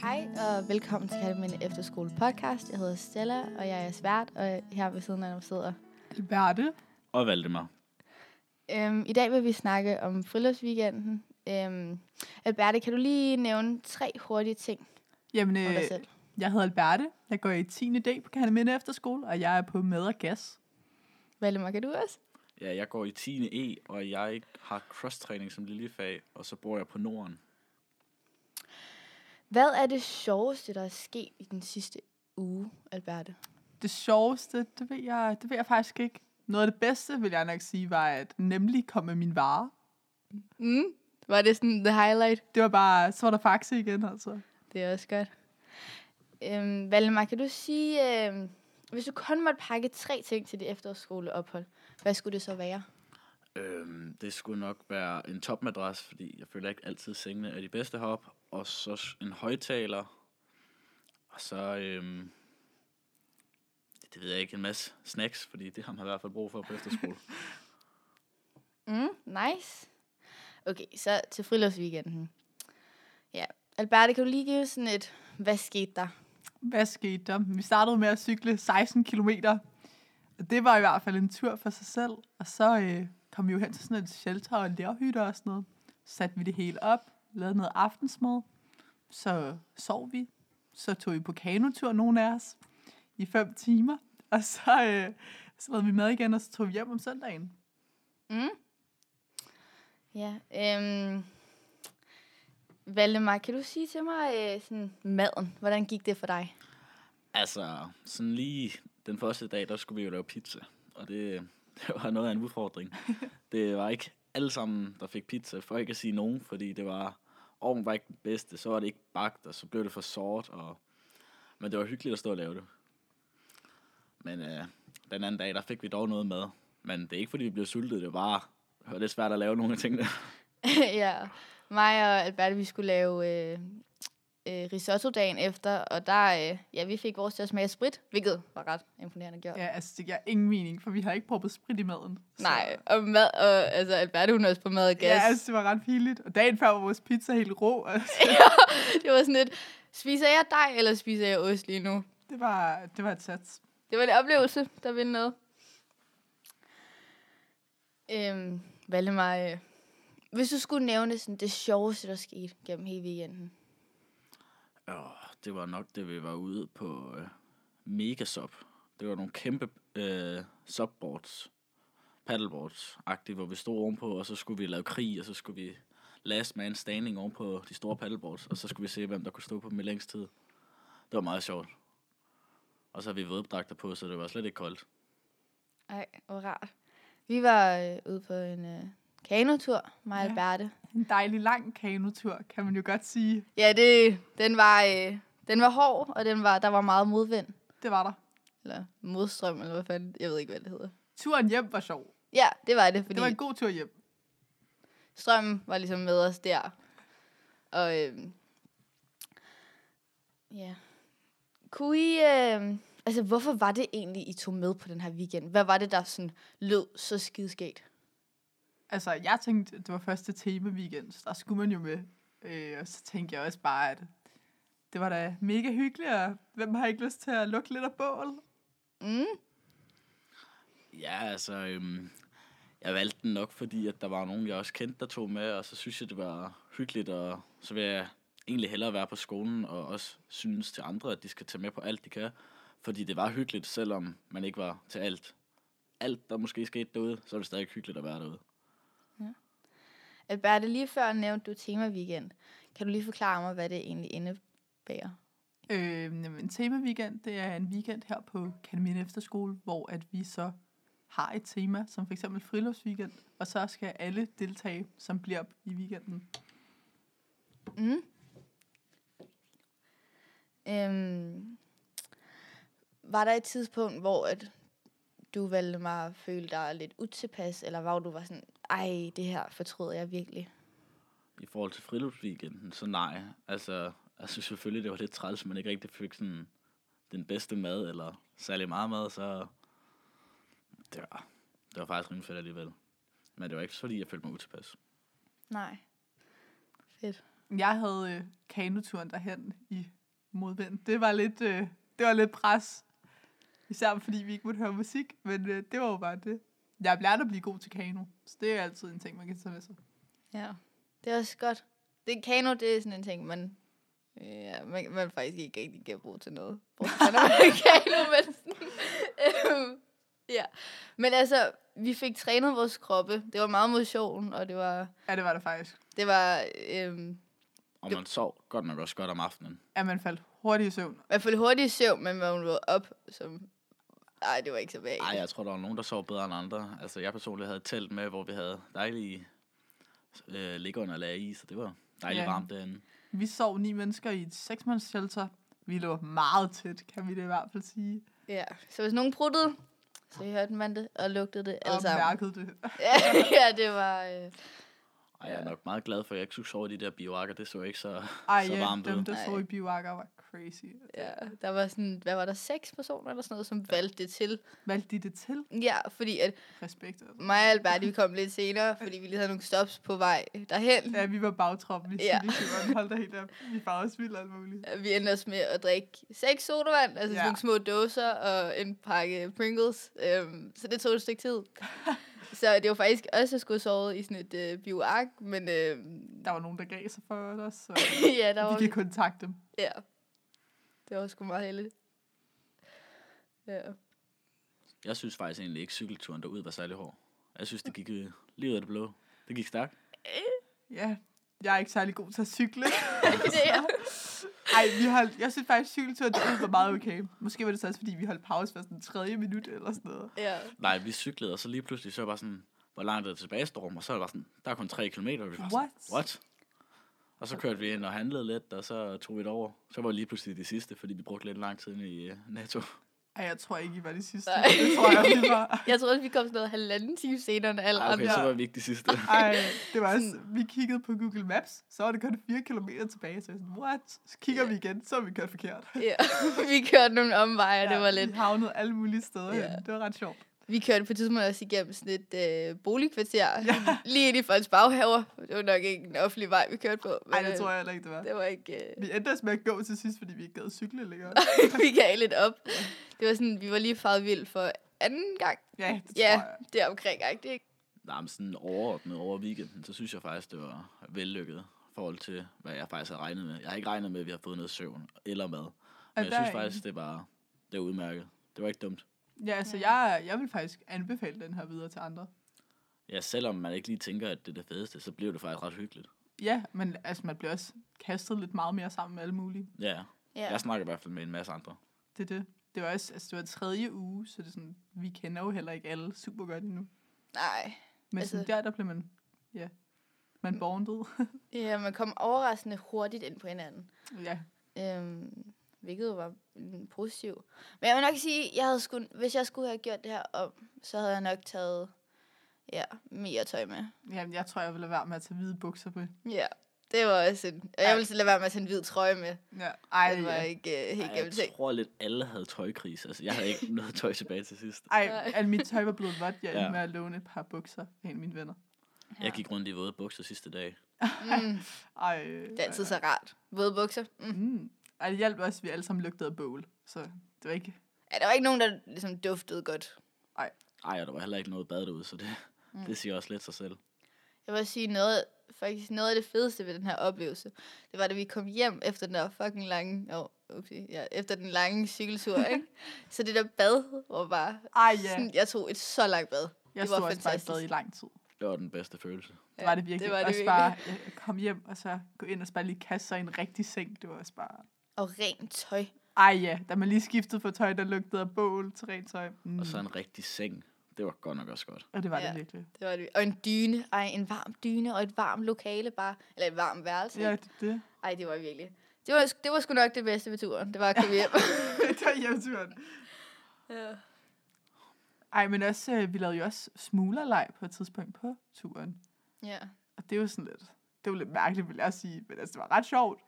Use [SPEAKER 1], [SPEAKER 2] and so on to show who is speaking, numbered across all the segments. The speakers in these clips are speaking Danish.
[SPEAKER 1] Hej og velkommen til Kalminde Efterskole podcast. Jeg hedder Stella, og jeg er svært, og her ved siden af dem sidder.
[SPEAKER 2] Alberte.
[SPEAKER 3] og Valdemar.
[SPEAKER 1] Øhm, I dag vil vi snakke om friluftsweekenden. Øhm, Alberte, kan du lige nævne tre hurtige ting
[SPEAKER 2] Jamen,
[SPEAKER 1] om
[SPEAKER 2] øh,
[SPEAKER 1] dig selv?
[SPEAKER 2] jeg hedder Alberte. Jeg går i 10. dag på Kahneminde Efterskole, og jeg er på mad og gas.
[SPEAKER 1] Valdemar, kan du også?
[SPEAKER 3] Ja, jeg går i 10. E, og jeg har cross-træning som lille fag, og så bor jeg på Norden.
[SPEAKER 1] Hvad er det sjoveste, der er sket i den sidste uge, Alberte?
[SPEAKER 2] Det sjoveste, det ved jeg, det ved jeg faktisk ikke. Noget af det bedste, vil jeg nok sige, var at nemlig komme med min vare.
[SPEAKER 1] Mm, var det sådan the highlight?
[SPEAKER 2] Det var bare, så var der faxe igen, altså.
[SPEAKER 1] Det er også godt. Øhm, Valdemar, kan du sige, øhm, hvis du kun måtte pakke tre ting til dit efterskoleophold, hvad skulle det så være?
[SPEAKER 3] Øhm, det skulle nok være en topmadras, fordi jeg føler ikke altid, sengene er de bedste hop. Og så s- en højtaler. Og så, øhm, det ved jeg ikke, en masse snacks, fordi det har man i hvert fald brug for på efterskole.
[SPEAKER 1] Mm, nice. Okay, så til friluftsweekenden. Ja, Alberte, kan du lige give sådan et, hvad skete der?
[SPEAKER 2] Hvad skete der? Vi startede med at cykle 16 km. Og det var i hvert fald en tur for sig selv. Og så øh, kom vi jo hen til sådan et shelter og lærhytter og sådan noget. Så satte vi det hele op, lavede noget aftensmad. Så sov vi. Så tog vi på kanotur, nogle af os, i fem timer. Og så, øh, så lavede vi mad igen, og så tog vi hjem om søndagen.
[SPEAKER 1] Mm? Ja, øhm, Valdemar, kan du sige til mig øh, sådan, maden? Hvordan gik det for dig?
[SPEAKER 3] altså, sådan lige den første dag, der skulle vi jo lave pizza. Og det, det var noget af en udfordring. det var ikke alle sammen, der fik pizza, for ikke at sige nogen, fordi det var, ovnen var ikke den bedste, så var det ikke bagt, og så blev det for sort, og, men det var hyggeligt at stå og lave det. Men øh, den anden dag, der fik vi dog noget mad. Men det er ikke, fordi vi blev sultede, det var, det var lidt svært at lave nogle af tingene.
[SPEAKER 1] ja, mig og Alberte, vi skulle lave øh, øh, risotto dagen efter, og der, øh, ja, vi fik vores til at smage sprit, hvilket var ret imponerende gjort.
[SPEAKER 2] Ja, altså, det giver ingen mening, for vi har ikke proppet sprit i maden. Så-
[SPEAKER 1] Nej, og, mad, og altså, Alberte, hun er også på mad og gas.
[SPEAKER 2] Ja, altså, det var ret pinligt. Og dagen før var vores pizza helt rå. Altså.
[SPEAKER 1] Det var sådan lidt, spiser jeg dig, eller spiser jeg ost lige nu?
[SPEAKER 2] Det var, det var et sats.
[SPEAKER 1] Det var en oplevelse, der ville noget. Øhm, Valdemar, øh, hvis du skulle nævne sådan det sjoveste, der skete gennem hele weekenden.
[SPEAKER 3] Åh, det var nok det, vi var ude på øh, Megasop. Det var nogle kæmpe øh, subboards, paddleboards-agtigt, hvor vi stod ovenpå, og så skulle vi lave krig, og så skulle vi last man standing ovenpå de store paddleboards, og så skulle vi se, hvem der kunne stå på dem i længst tid. Det var meget sjovt. Og så har vi våddragter på, så det var slet ikke koldt.
[SPEAKER 1] Ej, hvor rart. Vi var øh, ude på en øh, kanotur, mig og
[SPEAKER 2] Ja.
[SPEAKER 1] Alberte.
[SPEAKER 2] En dejlig lang kanotur, kan man jo godt sige.
[SPEAKER 1] Ja, det, den, var, øh, den var hård, og den var, der var meget modvind.
[SPEAKER 2] Det var der.
[SPEAKER 1] Eller modstrøm, eller hvad fanden, jeg ved ikke, hvad det hedder.
[SPEAKER 2] Turen hjem var sjov.
[SPEAKER 1] Ja, det var det, fordi...
[SPEAKER 2] Det var en god tur hjem.
[SPEAKER 1] strømmen var ligesom med os der. Og øhm, ja. Kunne I, øhm, altså hvorfor var det egentlig, I tog med på den her weekend? Hvad var det, der sådan lød så skideskægt?
[SPEAKER 2] Altså, jeg tænkte, det var første tema weekend, så der skulle man jo med. Øh, og så tænkte jeg også bare, at det var da mega hyggeligt, og hvem har ikke lyst til at lukke lidt af bål?
[SPEAKER 1] Mm?
[SPEAKER 3] Ja, altså, øhm, jeg valgte den nok, fordi at der var nogen, jeg også kendte, der tog med, og så synes jeg, det var hyggeligt, og så vil jeg egentlig hellere være på skolen, og også synes til andre, at de skal tage med på alt, de kan, fordi det var hyggeligt, selvom man ikke var til alt. Alt, der måske skete derude, så er det stadig hyggeligt at være derude.
[SPEAKER 1] Alberte, lige før nævnte du tema weekend. Kan du lige forklare mig, hvad det egentlig indebærer?
[SPEAKER 2] Øh, jamen, en tema weekend, det er en weekend her på Kaneminde Efterskole, hvor at vi så har et tema, som for eksempel friluftsweekend, og så skal alle deltage, som bliver i weekenden.
[SPEAKER 1] Mm. Øhm, var der et tidspunkt, hvor at du valgte mig at føle dig lidt utilpas, eller hvor du var sådan, ej, det her fortryder jeg virkelig?
[SPEAKER 3] I forhold til friluftsweekenden, så nej. Altså, jeg synes selvfølgelig, det var lidt træls, at man ikke rigtig fik sådan den bedste mad, eller særlig meget mad, så det var, det var faktisk rimelig fedt alligevel. Men det var ikke fordi, jeg følte mig utilpas.
[SPEAKER 1] Nej. Fedt.
[SPEAKER 2] Jeg havde øh, kanoturen derhen i modvind. Det var lidt, øh, det var lidt pres. Især fordi vi ikke måtte høre musik, men øh, det var jo bare det. Jeg har lært at blive god til kano, så det er altid en ting, man kan tage med sig.
[SPEAKER 1] Ja. Det er også godt. Det kano, det er sådan en ting, man, ja, man, man faktisk ikke rigtig kan bruge til noget. Bortset fra, når man er kano, men sådan, øhm, ja. Men altså, vi fik trænet vores kroppe. Det var meget motion, og det var,
[SPEAKER 2] Ja, det var det faktisk.
[SPEAKER 1] det var øhm,
[SPEAKER 3] Og man sov godt nok også godt om aftenen.
[SPEAKER 2] At man faldt hurtigt i søvn.
[SPEAKER 1] i hvert fald hurtigt i søvn, men man var op, som... Ej, det var ikke så bag.
[SPEAKER 3] Ej, jeg tror, der var nogen, der sov bedre end andre. Altså, jeg personligt havde et telt med, hvor vi havde dejlige øh, liggeunderlag i, så det var dejligt
[SPEAKER 2] Ja.
[SPEAKER 3] ja. varmt derinde.
[SPEAKER 2] Vi sov ni mennesker i et seksmands shelter. Vi lå meget tæt, kan vi det i hvert fald sige.
[SPEAKER 1] Ja, så hvis nogen pruttede, så hørte man det og lugtede det alle
[SPEAKER 2] Og
[SPEAKER 1] sammen.
[SPEAKER 2] mærkede det.
[SPEAKER 1] Ja, ja, det var... Øh,
[SPEAKER 3] Og jeg er
[SPEAKER 1] Ja.
[SPEAKER 3] nok meget glad for, at jeg ikke skulle sove i de der bioakker. Det så ikke så,
[SPEAKER 2] Ej,
[SPEAKER 3] så
[SPEAKER 2] ja,
[SPEAKER 3] varmt ud.
[SPEAKER 2] dem, der sov
[SPEAKER 1] Ej.
[SPEAKER 2] i bivakker, var crazy.
[SPEAKER 1] ja, der var sådan, hvad var der, seks personer eller sådan noget, som valgte det til.
[SPEAKER 2] Valgte de det til?
[SPEAKER 1] Ja, fordi at
[SPEAKER 2] Respekt. altså.
[SPEAKER 1] mig og Albert, vi kom lidt senere, fordi vi lige havde nogle stops på vej derhen.
[SPEAKER 2] Ja, vi var bagtroppen. Vi
[SPEAKER 1] Ja.
[SPEAKER 2] ja. skulle holde dig helt op. Vi var også vildt alt muligt.
[SPEAKER 1] Vi endte også med at drikke seks sodavand, altså ja.
[SPEAKER 2] Ja.
[SPEAKER 1] nogle små dåser og en pakke Pringles. Øhm, så det tog et stykke tid. så det var faktisk også, at jeg skulle sove i sådan et øh, bioark, men øh,
[SPEAKER 2] Der var nogen, der gav sig for os, så
[SPEAKER 1] ja, der var
[SPEAKER 2] vi kan kontakte dem.
[SPEAKER 1] Ja. Det var sgu meget heldigt. Ja.
[SPEAKER 3] Jeg synes faktisk egentlig ikke, cykelturen derud var særlig hård. Jeg synes, det gik øh, lige ud af det blå. Det gik stærkt.
[SPEAKER 2] Ja, jeg er ikke særlig god til at cykle.
[SPEAKER 1] det er.
[SPEAKER 2] Ej, vi holdt, jeg synes faktisk, cykelturen derude var meget okay. Måske var det så også, fordi vi holdt pause for sådan tredje minut eller sådan noget.
[SPEAKER 1] Ja.
[SPEAKER 3] Nej, vi cyklede, og så lige pludselig så var jeg sådan, hvor langt er det tilbage, Storm? Og så var det bare sådan, der er kun 3 km. Og vi var
[SPEAKER 2] What?
[SPEAKER 3] Sådan, What? Og så kørte vi ind og handlede lidt, og så tog vi det over. Så var det lige pludselig det sidste, fordi vi brugte lidt lang tid inde i øh, Netto.
[SPEAKER 2] Ej, jeg tror ikke, I var de sidste.
[SPEAKER 1] Nej.
[SPEAKER 2] Det tror jeg, vi var.
[SPEAKER 1] Jeg tror også, vi kom sådan noget halvanden time senere end alle
[SPEAKER 3] Ej,
[SPEAKER 1] andre.
[SPEAKER 3] Ah, okay, så var vi ikke de sidste.
[SPEAKER 2] Ej, det var også, vi kiggede på Google Maps, så var det kun 4 km tilbage, så jeg sådan, what? Så kigger vi igen, så er vi kørt forkert.
[SPEAKER 1] Ja. vi kørte nogle omveje, og det var lidt...
[SPEAKER 2] Vi havnede alle mulige steder
[SPEAKER 1] Ja.
[SPEAKER 2] ja. Det var ret sjovt.
[SPEAKER 1] Vi kørte på et tidspunkt også igennem sådan et øh, boligkvarter. Ja. Lige ind i folks baghaver. Det var nok ikke en offentlig vej, vi kørte på. men,
[SPEAKER 2] Nej, det
[SPEAKER 1] øh,
[SPEAKER 2] tror jeg heller ikke, det var.
[SPEAKER 1] Det var ikke... Øh,
[SPEAKER 2] Vi endte os med at gå til sidst, fordi vi ikke gad cykle længere.
[SPEAKER 1] vi gav lidt op. Det var sådan, vi var lige farvet vild for anden gang.
[SPEAKER 2] Ja, det
[SPEAKER 1] Ja,
[SPEAKER 2] tror jeg.
[SPEAKER 1] det er omkring, ikke?
[SPEAKER 3] Nej, men sådan overordnet over weekenden, så synes jeg faktisk, det var vellykket i forhold til, hvad jeg faktisk havde regnet med. Jeg har ikke regnet med, at vi har fået noget søvn eller mad. Men jeg
[SPEAKER 2] der
[SPEAKER 3] synes
[SPEAKER 2] er
[SPEAKER 3] faktisk, det var, det var udmærket. Det var ikke dumt.
[SPEAKER 2] Ja, altså jeg, jeg vil faktisk anbefale den her videre til andre.
[SPEAKER 3] Ja, selvom man ikke lige tænker, at det er det fedeste, så blev det faktisk ret hyggeligt.
[SPEAKER 2] Ja, men altså man bliver også kastet lidt meget mere sammen med alle mulige.
[SPEAKER 3] Ja,
[SPEAKER 1] Ja.
[SPEAKER 3] ja. jeg snakker i hvert fald med en masse andre.
[SPEAKER 2] Det er det. Det var også, altså det var tredje uge, så det er sådan, vi kender jo heller ikke alle super godt endnu.
[SPEAKER 1] Nej.
[SPEAKER 2] Men
[SPEAKER 1] Altså-
[SPEAKER 2] altså, sådan der, der blev man, ja, man bondede.
[SPEAKER 1] Ja, man kom overraskende hurtigt ind på hinanden.
[SPEAKER 2] ja,
[SPEAKER 1] Øhm, hvilket jo var mm, positivt. Men jeg vil nok sige, jeg havde sku, hvis jeg skulle have gjort det her om, så havde jeg nok taget ja, mere tøj med.
[SPEAKER 2] jamen, jeg tror, jeg ville lade være med at tage hvide bukser på.
[SPEAKER 1] Ja, det var også en... Og jeg
[SPEAKER 2] Ej.
[SPEAKER 1] ville så lade være med at tage en hvid trøje med.
[SPEAKER 2] Ja, ej,
[SPEAKER 1] det var
[SPEAKER 2] ja.
[SPEAKER 1] ikke uh, helt
[SPEAKER 3] Ej, jeg
[SPEAKER 1] gennemtænkt.
[SPEAKER 3] tror lidt, alle havde tøjkrise. Altså, jeg havde ikke noget tøj tilbage til sidst.
[SPEAKER 2] Ej,
[SPEAKER 1] Nej.
[SPEAKER 2] al mit tøj var blevet vådt. Jeg endte
[SPEAKER 3] Ja.
[SPEAKER 2] med at låne et par bukser af en af mine venner.
[SPEAKER 3] Jeg gik rundt i våde bukser sidste dag.
[SPEAKER 1] Mm,
[SPEAKER 2] Ej, øh,
[SPEAKER 1] det er altid så rart. Våde bukser. Mm.
[SPEAKER 2] Mm. Ej, det hjalp også, at vi alle sammen lugtede af bål. Så det var ikke...
[SPEAKER 1] Ja, der var ikke nogen, der ligesom duftede godt.
[SPEAKER 3] Ej, og der var heller ikke noget bad derude, så det, mm. det siger også lidt sig selv.
[SPEAKER 1] Jeg vil også sige noget, faktisk noget af det fedeste ved den her oplevelse, det var, da vi kom hjem efter den der fucking lange, oh, okay, ja, efter den lange cykeltur, ikke? Så det der bad var bare
[SPEAKER 2] Ej, ja.
[SPEAKER 1] Sådan, jeg tog et så langt bad.
[SPEAKER 2] Jeg
[SPEAKER 1] det var
[SPEAKER 2] stod også bare i
[SPEAKER 1] fantastisk.
[SPEAKER 2] bad i lang tid.
[SPEAKER 3] Det var den bedste følelse.
[SPEAKER 2] Det var det virkelig.
[SPEAKER 1] Det var det
[SPEAKER 2] også
[SPEAKER 1] virkelig.
[SPEAKER 2] bare øh, komme hjem og så gå ind og så bare lige kaste sig i en rigtig seng. Det var også bare...
[SPEAKER 1] Og rent tøj.
[SPEAKER 2] Ej ja, da man lige skiftede fra tøj, der lugtede af bål til rent tøj. Mm.
[SPEAKER 3] Mm. Og så en rigtig seng. Det var godt nok også godt.
[SPEAKER 2] og det var
[SPEAKER 1] Ja.
[SPEAKER 2] det virkelig.
[SPEAKER 1] Det var det. Og en dyne. Ej, en varm dyne og et varmt lokale bare. Eller et varmt værelse.
[SPEAKER 2] Ja,
[SPEAKER 1] Ja.
[SPEAKER 2] det, det.
[SPEAKER 1] Ej, det var virkelig. Det var, det var sgu nok det bedste ved turen. Det var at komme hjem.
[SPEAKER 2] det var hjemturen.
[SPEAKER 1] ja.
[SPEAKER 2] Ej, men også, øh, vi lavede jo også smuglerleg på et tidspunkt på turen.
[SPEAKER 1] ja.
[SPEAKER 2] Og det var sådan lidt, det var lidt mærkeligt, vil jeg sige, men altså, det var ret sjovt.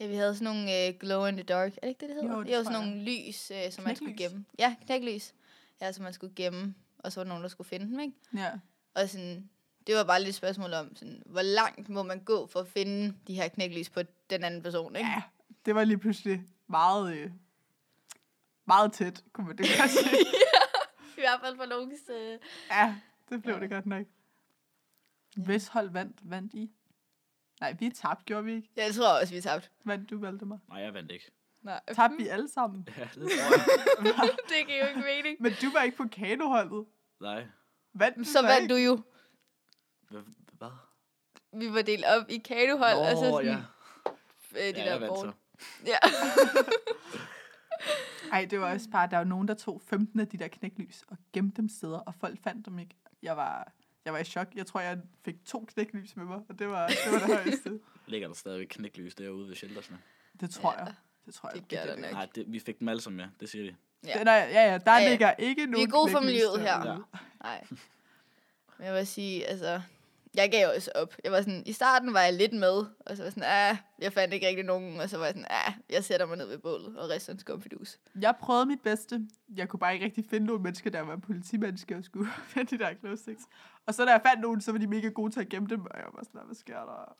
[SPEAKER 1] Ja, vi havde sådan nogle øh, glow in the dark. Er det ikke det, det hedder?
[SPEAKER 2] Jo, det
[SPEAKER 1] det var
[SPEAKER 2] tror
[SPEAKER 1] sådan
[SPEAKER 2] jeg.
[SPEAKER 1] nogle lys, øh, som man skulle
[SPEAKER 2] Knæklys.
[SPEAKER 1] gemme. Ja, knæklys. Ja, som man skulle gemme. Og så var der nogen, der skulle finde dem, ikke?
[SPEAKER 2] Ja.
[SPEAKER 1] Og sådan, Det var bare lidt et spørgsmål om, sådan, hvor langt må man gå for at finde de her knæklis på den anden person, ikke?
[SPEAKER 2] Ja, det var lige pludselig meget, øh, meget tæt, kunne man det godt sige.
[SPEAKER 1] I hvert fald for Lokes... Øh...
[SPEAKER 2] Ja, det blev det godt nok. Vesthold vandt, vandt I? Nej, vi tabte, gjorde vi ikke?
[SPEAKER 1] Ja, jeg tror også, vi tabte.
[SPEAKER 2] Vandt du, Valdemar?
[SPEAKER 3] Nej, jeg vandt ikke.
[SPEAKER 1] Nej,
[SPEAKER 2] Tabte vi alle sammen?
[SPEAKER 3] Ja, det tror jeg.
[SPEAKER 1] det giver jo ikke mening.
[SPEAKER 2] Men du var ikke på kanoholdet.
[SPEAKER 3] Nej.
[SPEAKER 2] Vandt du
[SPEAKER 1] Så vandt du jo.
[SPEAKER 3] Hva- Hvad?
[SPEAKER 1] Vi var delt op i kanohold, og så altså, sådan,
[SPEAKER 3] ja.
[SPEAKER 1] øh, de
[SPEAKER 3] ja,
[SPEAKER 1] der
[SPEAKER 3] jeg vandt
[SPEAKER 1] board.
[SPEAKER 3] så.
[SPEAKER 1] Ja.
[SPEAKER 2] Nej, det var også bare, der var nogen, der tog 15 af de der knæklys og gemte dem steder, og folk fandt dem ikke. Jeg var, jeg var i chok. Jeg tror, jeg fik to knæklys med mig, og det var det, var det højeste.
[SPEAKER 3] Ligger der stadigvæk knæklys derude ved Sheltersne?
[SPEAKER 2] Det tror
[SPEAKER 1] Ja.
[SPEAKER 2] jeg. Det tror jeg.
[SPEAKER 1] Det gør der
[SPEAKER 2] det.
[SPEAKER 1] nok.
[SPEAKER 3] Nej, det, vi fik dem alle sammen med, det siger de.
[SPEAKER 1] Ja.
[SPEAKER 2] Den er, ja, ja, der
[SPEAKER 1] Ja, ja.
[SPEAKER 2] ligger ikke nogen
[SPEAKER 1] gode for
[SPEAKER 2] knæklys
[SPEAKER 1] miljøet her.
[SPEAKER 2] derude.
[SPEAKER 1] Nej. Men jeg vil sige, altså... Jeg gav også op. Jeg var sådan, i starten var jeg lidt med, og så var jeg sådan, ah, jeg fandt ikke rigtig nogen, og så var jeg sådan, ah, jeg sætter mig ned ved bålet og rister en skumfidus.
[SPEAKER 2] Jeg prøvede mit bedste. Jeg kunne bare ikke rigtig finde nogen mennesker, der var politimennesker og skulle finde de der glow sticks. Og så da jeg fandt nogen, så var de mega gode til at gemme dem, og jeg var sådan, "Nå, hvad sker der?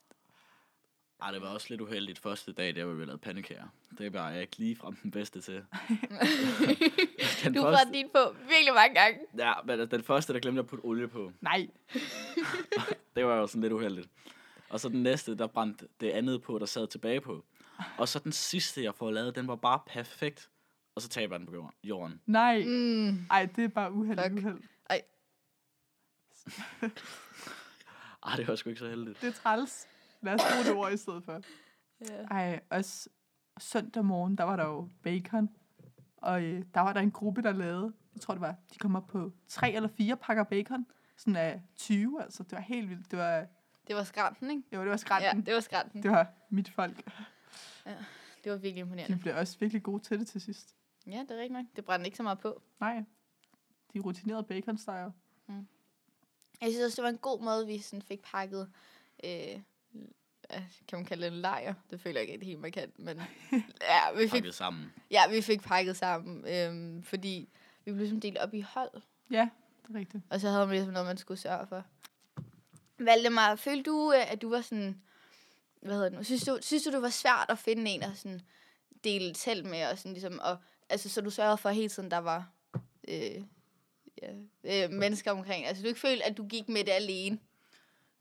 [SPEAKER 3] Ej, det var også lidt uheldigt første dag, der hvor vi lavede pandekager. Det var jeg ikke lige frem den bedste til. den
[SPEAKER 1] Du
[SPEAKER 3] første,
[SPEAKER 1] brændte din på virkelig mange gange.
[SPEAKER 3] Ja, men altså, den første, der glemte at putte olie på,
[SPEAKER 2] Nej,
[SPEAKER 3] det var jo sådan lidt uheldigt. Og så den næste, der brændte det andet på, der sad tilbage på. Og så den sidste, jeg får lavet, den var bare perfekt. Og så taber jeg den på jorden- jorden.
[SPEAKER 2] nej.
[SPEAKER 1] Mm.
[SPEAKER 2] Ej, det er bare uheld i
[SPEAKER 1] Fuck.
[SPEAKER 2] uheld.
[SPEAKER 1] Ej.
[SPEAKER 3] Ej, det var sgu ikke så heldigt.
[SPEAKER 2] Det er træls. Lad os bruge det ord i stedet for.
[SPEAKER 1] Ja.
[SPEAKER 2] Ej, også søndag morgen, der var der jo bacon. Og øh, der var der en gruppe, der lavede, jeg tror det var, de kom op på tre eller fire pakker bacon. Sådan af 20, altså. Det var helt vildt. Det var,
[SPEAKER 1] Det var skrænten, ikke?
[SPEAKER 2] jo, det var
[SPEAKER 1] Ja,
[SPEAKER 2] skrænten.
[SPEAKER 1] det var skrænten.
[SPEAKER 2] det var mit folk.
[SPEAKER 1] Det var virkelig
[SPEAKER 2] De
[SPEAKER 1] imponerende.
[SPEAKER 2] bliver også virkelig gode til det til sidst.
[SPEAKER 1] Ja, det er rigtigt nok. Det brændte ikke så meget på.
[SPEAKER 2] Nej. De er rutinerede baconstejer.
[SPEAKER 1] Jeg synes også, det var en god måde, vi sådan fik pakket, øh, ja, kan man kalde det en lejr? Det føler jeg ikke det helt markant, men ja, vi fik,
[SPEAKER 3] Pakket sammen.
[SPEAKER 1] ja, vi fik pakket sammen, øh, fordi vi blev ligesom delt op i hold,
[SPEAKER 2] Ja, det er rigtigt.
[SPEAKER 1] og så havde man ligesom noget, man skulle sørge for. Valdemar, følte du, øh, at du var sådan, hvad hedder det nu, synes du, synes du, det var svært at finde en at sådan dele telt med, og sådan ligesom, og, altså, så du sørgede for hele tiden, der var øh, ja, øh, mennesker omkring, altså du ikke følte, at du gik med det alene?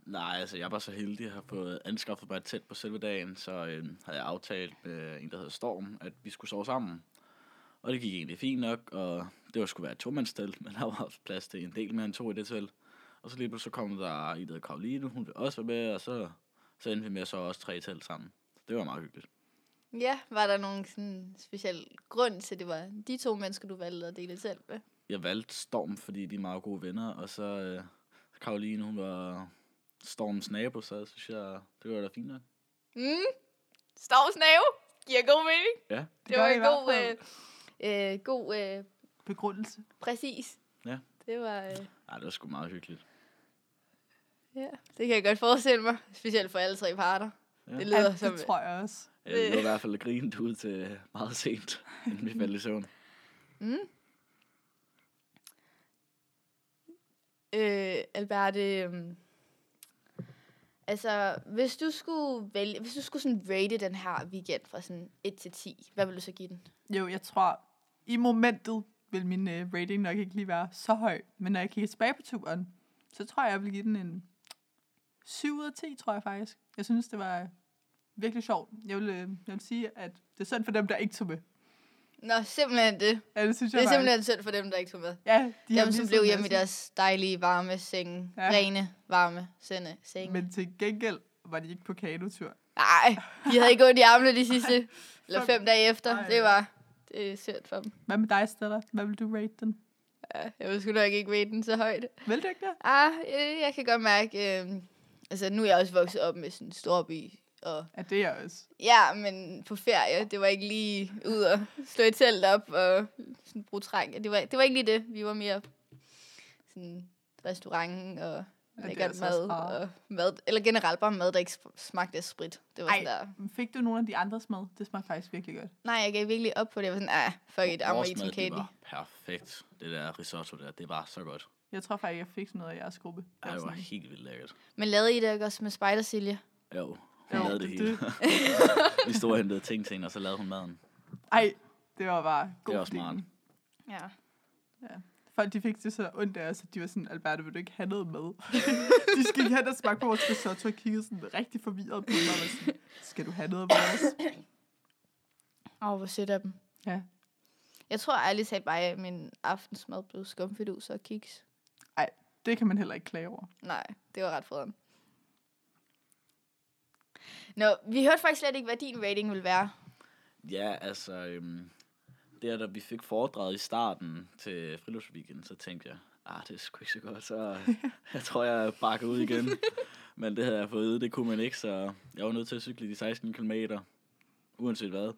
[SPEAKER 3] Nej, altså jeg var så heldig at have fået anskaffet mig et telt på selve dagen, så øh, havde jeg aftalt med en, der hedder Storm, at vi skulle sove sammen. Og det gik egentlig fint nok, og det var skulle være et tomandstelt, men der var også plads til en del mere end to i det telt. Og så lige pludselig så kom der en, der hed Karoline, hun ville også være med, og så, så endte vi med at sove også tre i telt sammen. Så det var meget hyggeligt.
[SPEAKER 1] Ja, var der nogen sådan speciel grund til, at det var de to mennesker, du valgte at dele selv med?
[SPEAKER 3] Jeg valgte Storm, fordi vi er meget gode venner, og så øh, Karoline, hun var Storms nabo, så jeg synes jeg, det var da fint nok.
[SPEAKER 1] Mm. Stavs nave. Giver god mening.
[SPEAKER 3] Ja,
[SPEAKER 1] Det, var
[SPEAKER 2] gør
[SPEAKER 1] en
[SPEAKER 2] i hvert
[SPEAKER 1] god, øh,
[SPEAKER 2] fald.
[SPEAKER 1] øh, god øh,
[SPEAKER 2] Begrundelse.
[SPEAKER 1] præcis.
[SPEAKER 3] Ja.
[SPEAKER 1] Det var, øh,
[SPEAKER 3] Ej, det var sgu meget hyggeligt.
[SPEAKER 1] ja. Det kan jeg godt forestille mig. Specielt for alle tre parter.
[SPEAKER 3] Ja.
[SPEAKER 1] Ja. Det
[SPEAKER 2] Ja,
[SPEAKER 1] lyder ja,
[SPEAKER 2] det
[SPEAKER 1] som...
[SPEAKER 2] tror jeg også.
[SPEAKER 3] Ja, vi
[SPEAKER 1] Øh.
[SPEAKER 3] var i hvert fald grint ud til meget sent, inden vi faldt i søvn.
[SPEAKER 1] Mm. Øh, Alberte, øhm, altså, hvis du skulle vælge, hvis du skulle sådan rate den her weekend fra sådan 1 til 10, hvad ville du så give den?
[SPEAKER 2] Jo, jeg tror, i momentet vil min øh, rating nok ikke lige være så høj. Men når jeg kigger tilbage på turen, så tror jeg, jeg vil give den en 7 ud af 10, tror jeg faktisk. Jeg synes, det var virkelig sjovt. Jeg vil, øh, jeg vil sige, at det er synd for dem, der ikke tog med.
[SPEAKER 1] Nå, simpelthen det.
[SPEAKER 2] Ja, det synes
[SPEAKER 1] Det
[SPEAKER 2] jeg
[SPEAKER 1] er
[SPEAKER 2] faktisk.
[SPEAKER 1] simpelthen synd for dem, der ikke tog med.
[SPEAKER 2] Ja, de har
[SPEAKER 1] Dem, som
[SPEAKER 2] misset
[SPEAKER 1] blev
[SPEAKER 2] en
[SPEAKER 1] hjemme i
[SPEAKER 2] masse.
[SPEAKER 1] deres dejlige, varme senge.
[SPEAKER 2] Ja.
[SPEAKER 1] ligesom altså. Ja. Rene, varme senge. senge.
[SPEAKER 2] Men til gengæld var de ikke på kanotur.
[SPEAKER 1] Nej, de havde ikke ondt i armene de sidste, eller fem dage efter.
[SPEAKER 2] Ej.
[SPEAKER 1] Det var det er synd for dem.
[SPEAKER 2] Hvad med dig, Stella? Hvad vil du rate den?
[SPEAKER 1] Ja, jeg ville sgu nok ikke rate den så højt.
[SPEAKER 2] Vil du ikke det?
[SPEAKER 1] Ah, øh, jeg kan godt mærke, øh, altså nu er jeg også vokset op med sådan en stor by, og
[SPEAKER 2] Ja, det er jeg også.
[SPEAKER 1] ja, men på ferie, det var ikke lige ud og slå et telt op og sådan bruge træng. Det var, det var ikke lige det. Vi var mere sådan restauranten og
[SPEAKER 2] det er
[SPEAKER 1] lækkert
[SPEAKER 2] altså
[SPEAKER 1] mad,
[SPEAKER 2] også rart.
[SPEAKER 1] og mad, eller generelt bare mad, der ikke sm- smagte af sprit. Det var
[SPEAKER 2] Ej.
[SPEAKER 1] sådan der,
[SPEAKER 2] Fik du nogle af de andres mad? Det smagte faktisk virkelig godt.
[SPEAKER 1] nej, jeg gav virkelig op på det. Jeg var sådan, ah, fuck it, I'm
[SPEAKER 3] Vores
[SPEAKER 1] eating
[SPEAKER 3] mad, det
[SPEAKER 1] candy.
[SPEAKER 3] var perfekt. Det der risotto der, det var så godt.
[SPEAKER 2] Jeg tror faktisk, jeg fik sådan noget af jeres gruppe. Jeg
[SPEAKER 3] Ej, det var
[SPEAKER 2] sådan,
[SPEAKER 3] helt vildt lækkert.
[SPEAKER 1] Men lavede I det ikke også med spejdersilje?
[SPEAKER 3] Jo, hun
[SPEAKER 2] Jo,
[SPEAKER 3] lavede
[SPEAKER 2] det-
[SPEAKER 3] det hele. Vi stod og hentede ting til hende, og så lavede hun maden.
[SPEAKER 2] Ej, det var bare god
[SPEAKER 3] Det var
[SPEAKER 2] fordeling.
[SPEAKER 3] smart.
[SPEAKER 1] Ja.
[SPEAKER 2] Folk, de fik det så ondt af os, at de var sådan, Alberta, vil du ikke have noget med? de skal ikke have der smagt på vores risotto og kiggede sådan rigtig forvirret på mig. og var Sådan, skal du have noget med os?
[SPEAKER 1] Åh, hvor sødt af dem.
[SPEAKER 2] Ja.
[SPEAKER 1] Jeg tror ærligt talt bare, at min aftensmad blev skumfidus og kiks.
[SPEAKER 2] Det kan man heller ikke klage over.
[SPEAKER 1] Nej, det var ret frederen. Nå, vi hørte faktisk slet ikke, hvad din rating ville være.
[SPEAKER 3] Ja, altså, øhm, der da vi fik foredraget i starten til friluftsweekend, så tænkte jeg, ah, det er sgu ikke så godt, så jeg tror, jeg bakker ud igen. Men det havde jeg fået at vide, det kunne man ikke, så jeg var nødt til at cykle de 16 km, uanset hvad.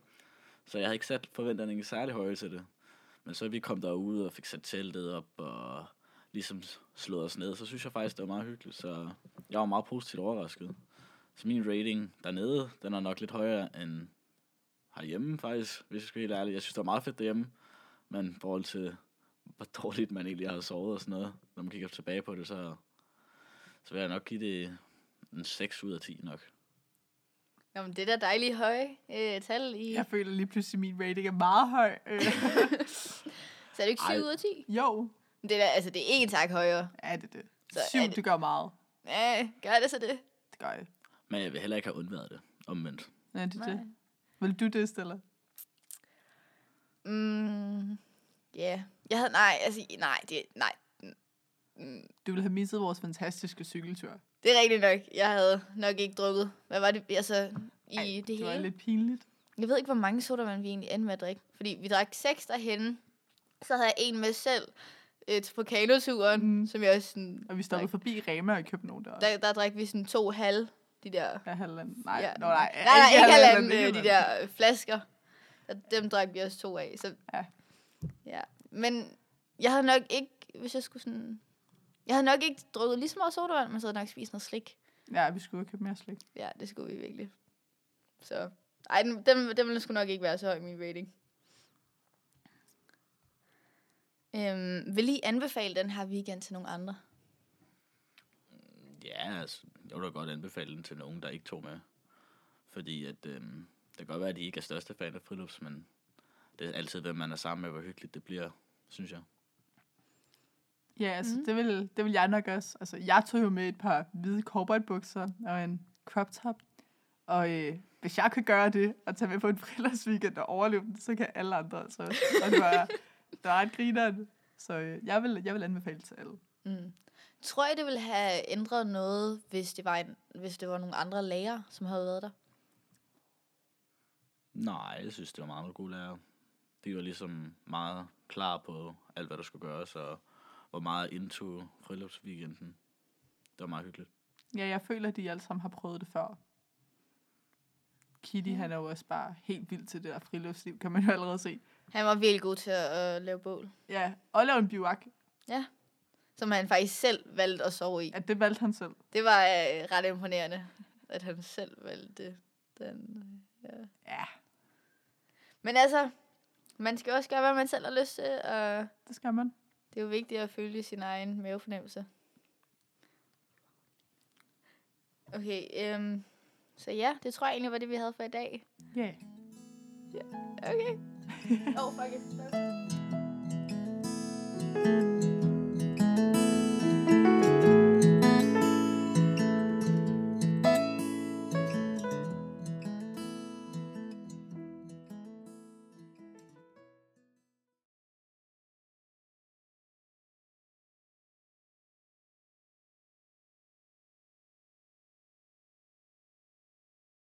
[SPEAKER 3] Så jeg havde ikke sat forventningen særlig høje til det. Men så vi kom derude og fik sat teltet op og ligesom slået os ned, så synes jeg faktisk, det var meget hyggeligt. Så jeg var meget positivt overrasket. Så min rating dernede, den er nok lidt højere end herhjemme faktisk, hvis jeg skal være helt ærlig. Jeg synes, det var meget fedt derhjemme, men i forhold til, hvor dårligt man egentlig har sovet og sådan noget, når man kigger tilbage på det, så, så vil jeg nok give det en 6 ud af 10 nok.
[SPEAKER 1] Nå, men det der dejlige høje øh, tal i... Ja.
[SPEAKER 2] Jeg føler lige pludselig, at min rating er meget høj. Øh,
[SPEAKER 1] Så er det ikke 7
[SPEAKER 3] Ej.
[SPEAKER 1] ud af 10?
[SPEAKER 2] jo,
[SPEAKER 1] Men Det, der, altså, det er en tak højere.
[SPEAKER 2] er det det.
[SPEAKER 1] Så
[SPEAKER 2] Syv,
[SPEAKER 1] er det-
[SPEAKER 2] det gør meget.
[SPEAKER 1] Ja, gør det så det.
[SPEAKER 2] Det gør jeg.
[SPEAKER 3] Men jeg vil heller ikke have undværet det, omvendt.
[SPEAKER 2] Ja, det, er
[SPEAKER 1] Nej.
[SPEAKER 2] det. Vil du det, Stella?
[SPEAKER 1] Mm, ja. Jeg havde, nej, altså, nej, det, nej. Mm,
[SPEAKER 2] Du ville have misset vores fantastiske cykeltur.
[SPEAKER 1] det er rigtigt nok. Jeg havde nok ikke drukket. Hvad var det, altså, i
[SPEAKER 2] Ej,
[SPEAKER 1] det,
[SPEAKER 2] det
[SPEAKER 1] hele?
[SPEAKER 2] var lidt pinligt.
[SPEAKER 1] Jeg ved ikke, hvor mange sodavand vi egentlig endte med at drikke. Fordi vi drak seks derhenne. Så havde jeg en med selv øh, til- på kanoturen,
[SPEAKER 2] Mm.
[SPEAKER 1] mm. som jeg også sådan...
[SPEAKER 2] Og vi stoppede forbi Rema og købte nogle der.
[SPEAKER 1] Der, der drak vi sådan to halv, de der...
[SPEAKER 2] Ja, halvanden. Nej,
[SPEAKER 1] ja,
[SPEAKER 2] nå, nej,
[SPEAKER 1] nej, nej, ikke halvanden,
[SPEAKER 2] ikke
[SPEAKER 1] øh, de der øh, flasker. Og Dem drak vi også to af. Så,
[SPEAKER 2] Ja.
[SPEAKER 1] ja. Men jeg havde nok ikke, hvis jeg skulle sådan... Jeg havde nok ikke drukket lige så meget sodavand, men så havde jeg nok spist noget slik.
[SPEAKER 2] Ja, vi skulle jo købe mere slik.
[SPEAKER 1] Ja, det skulle vi virkelig. Så... Ej, den, den, den ville sgu nok ikke være så høj, min rating. Øhm, vil I anbefale den her weekend til nogle andre?
[SPEAKER 3] Ja, altså, jeg vil da godt anbefale den til nogen, der ikke tog med. Fordi at, øhm, det kan godt være, at de ikke er største fan af frilufts, men det er altid, hvem man er sammen med, hvor hyggeligt det bliver, synes jeg.
[SPEAKER 2] Ja, altså,
[SPEAKER 1] Mhm.
[SPEAKER 2] mm. det, vil, det vil jeg nok også. Altså, jeg tog jo med et par hvide corporate bukser og en crop top. Og øh, hvis jeg kan gøre det, og tage med på en friluftsweekend og overleve den, så kan alle andre altså. også. Og det var, det var ret grineren. Så øh, jeg, vil, jeg vil anbefale det til alle.
[SPEAKER 1] Mm. Tror I, det ville have ændret noget, hvis det var, en, hvis det var nogle andre læger, som havde været der?
[SPEAKER 3] Nej, jeg synes, det var meget gode lærere. De var ligesom meget klar på alt, hvad der skulle gøres, og var meget into friluftsweekenden. Det var meget hyggeligt.
[SPEAKER 2] Ja, jeg føler, at de alle sammen har prøvet det før. Kitty,
[SPEAKER 1] Ja.
[SPEAKER 2] mm. han er jo også bare helt vild til det der friluftsliv, kan man jo allerede se.
[SPEAKER 1] Han var virkelig god til at øh, lave bål,
[SPEAKER 2] Ja, og lave en biwak.
[SPEAKER 1] som han faktisk selv valgte at sove i.
[SPEAKER 2] Ja, det valgte han selv.
[SPEAKER 1] Det var øh, ret imponerende, at han selv valgte den. Øh,
[SPEAKER 2] Ja.
[SPEAKER 1] Men altså, man skal også gøre, hvad man selv har lyst til, og
[SPEAKER 2] Det skal man.
[SPEAKER 1] det er jo vigtigt at følge sin egen mavefornemmelse. Okay, øhm, så ja, det tror jeg egentlig var det, vi havde for i dag.
[SPEAKER 2] Ja. Yeah.
[SPEAKER 1] Okay. oh, fuck it.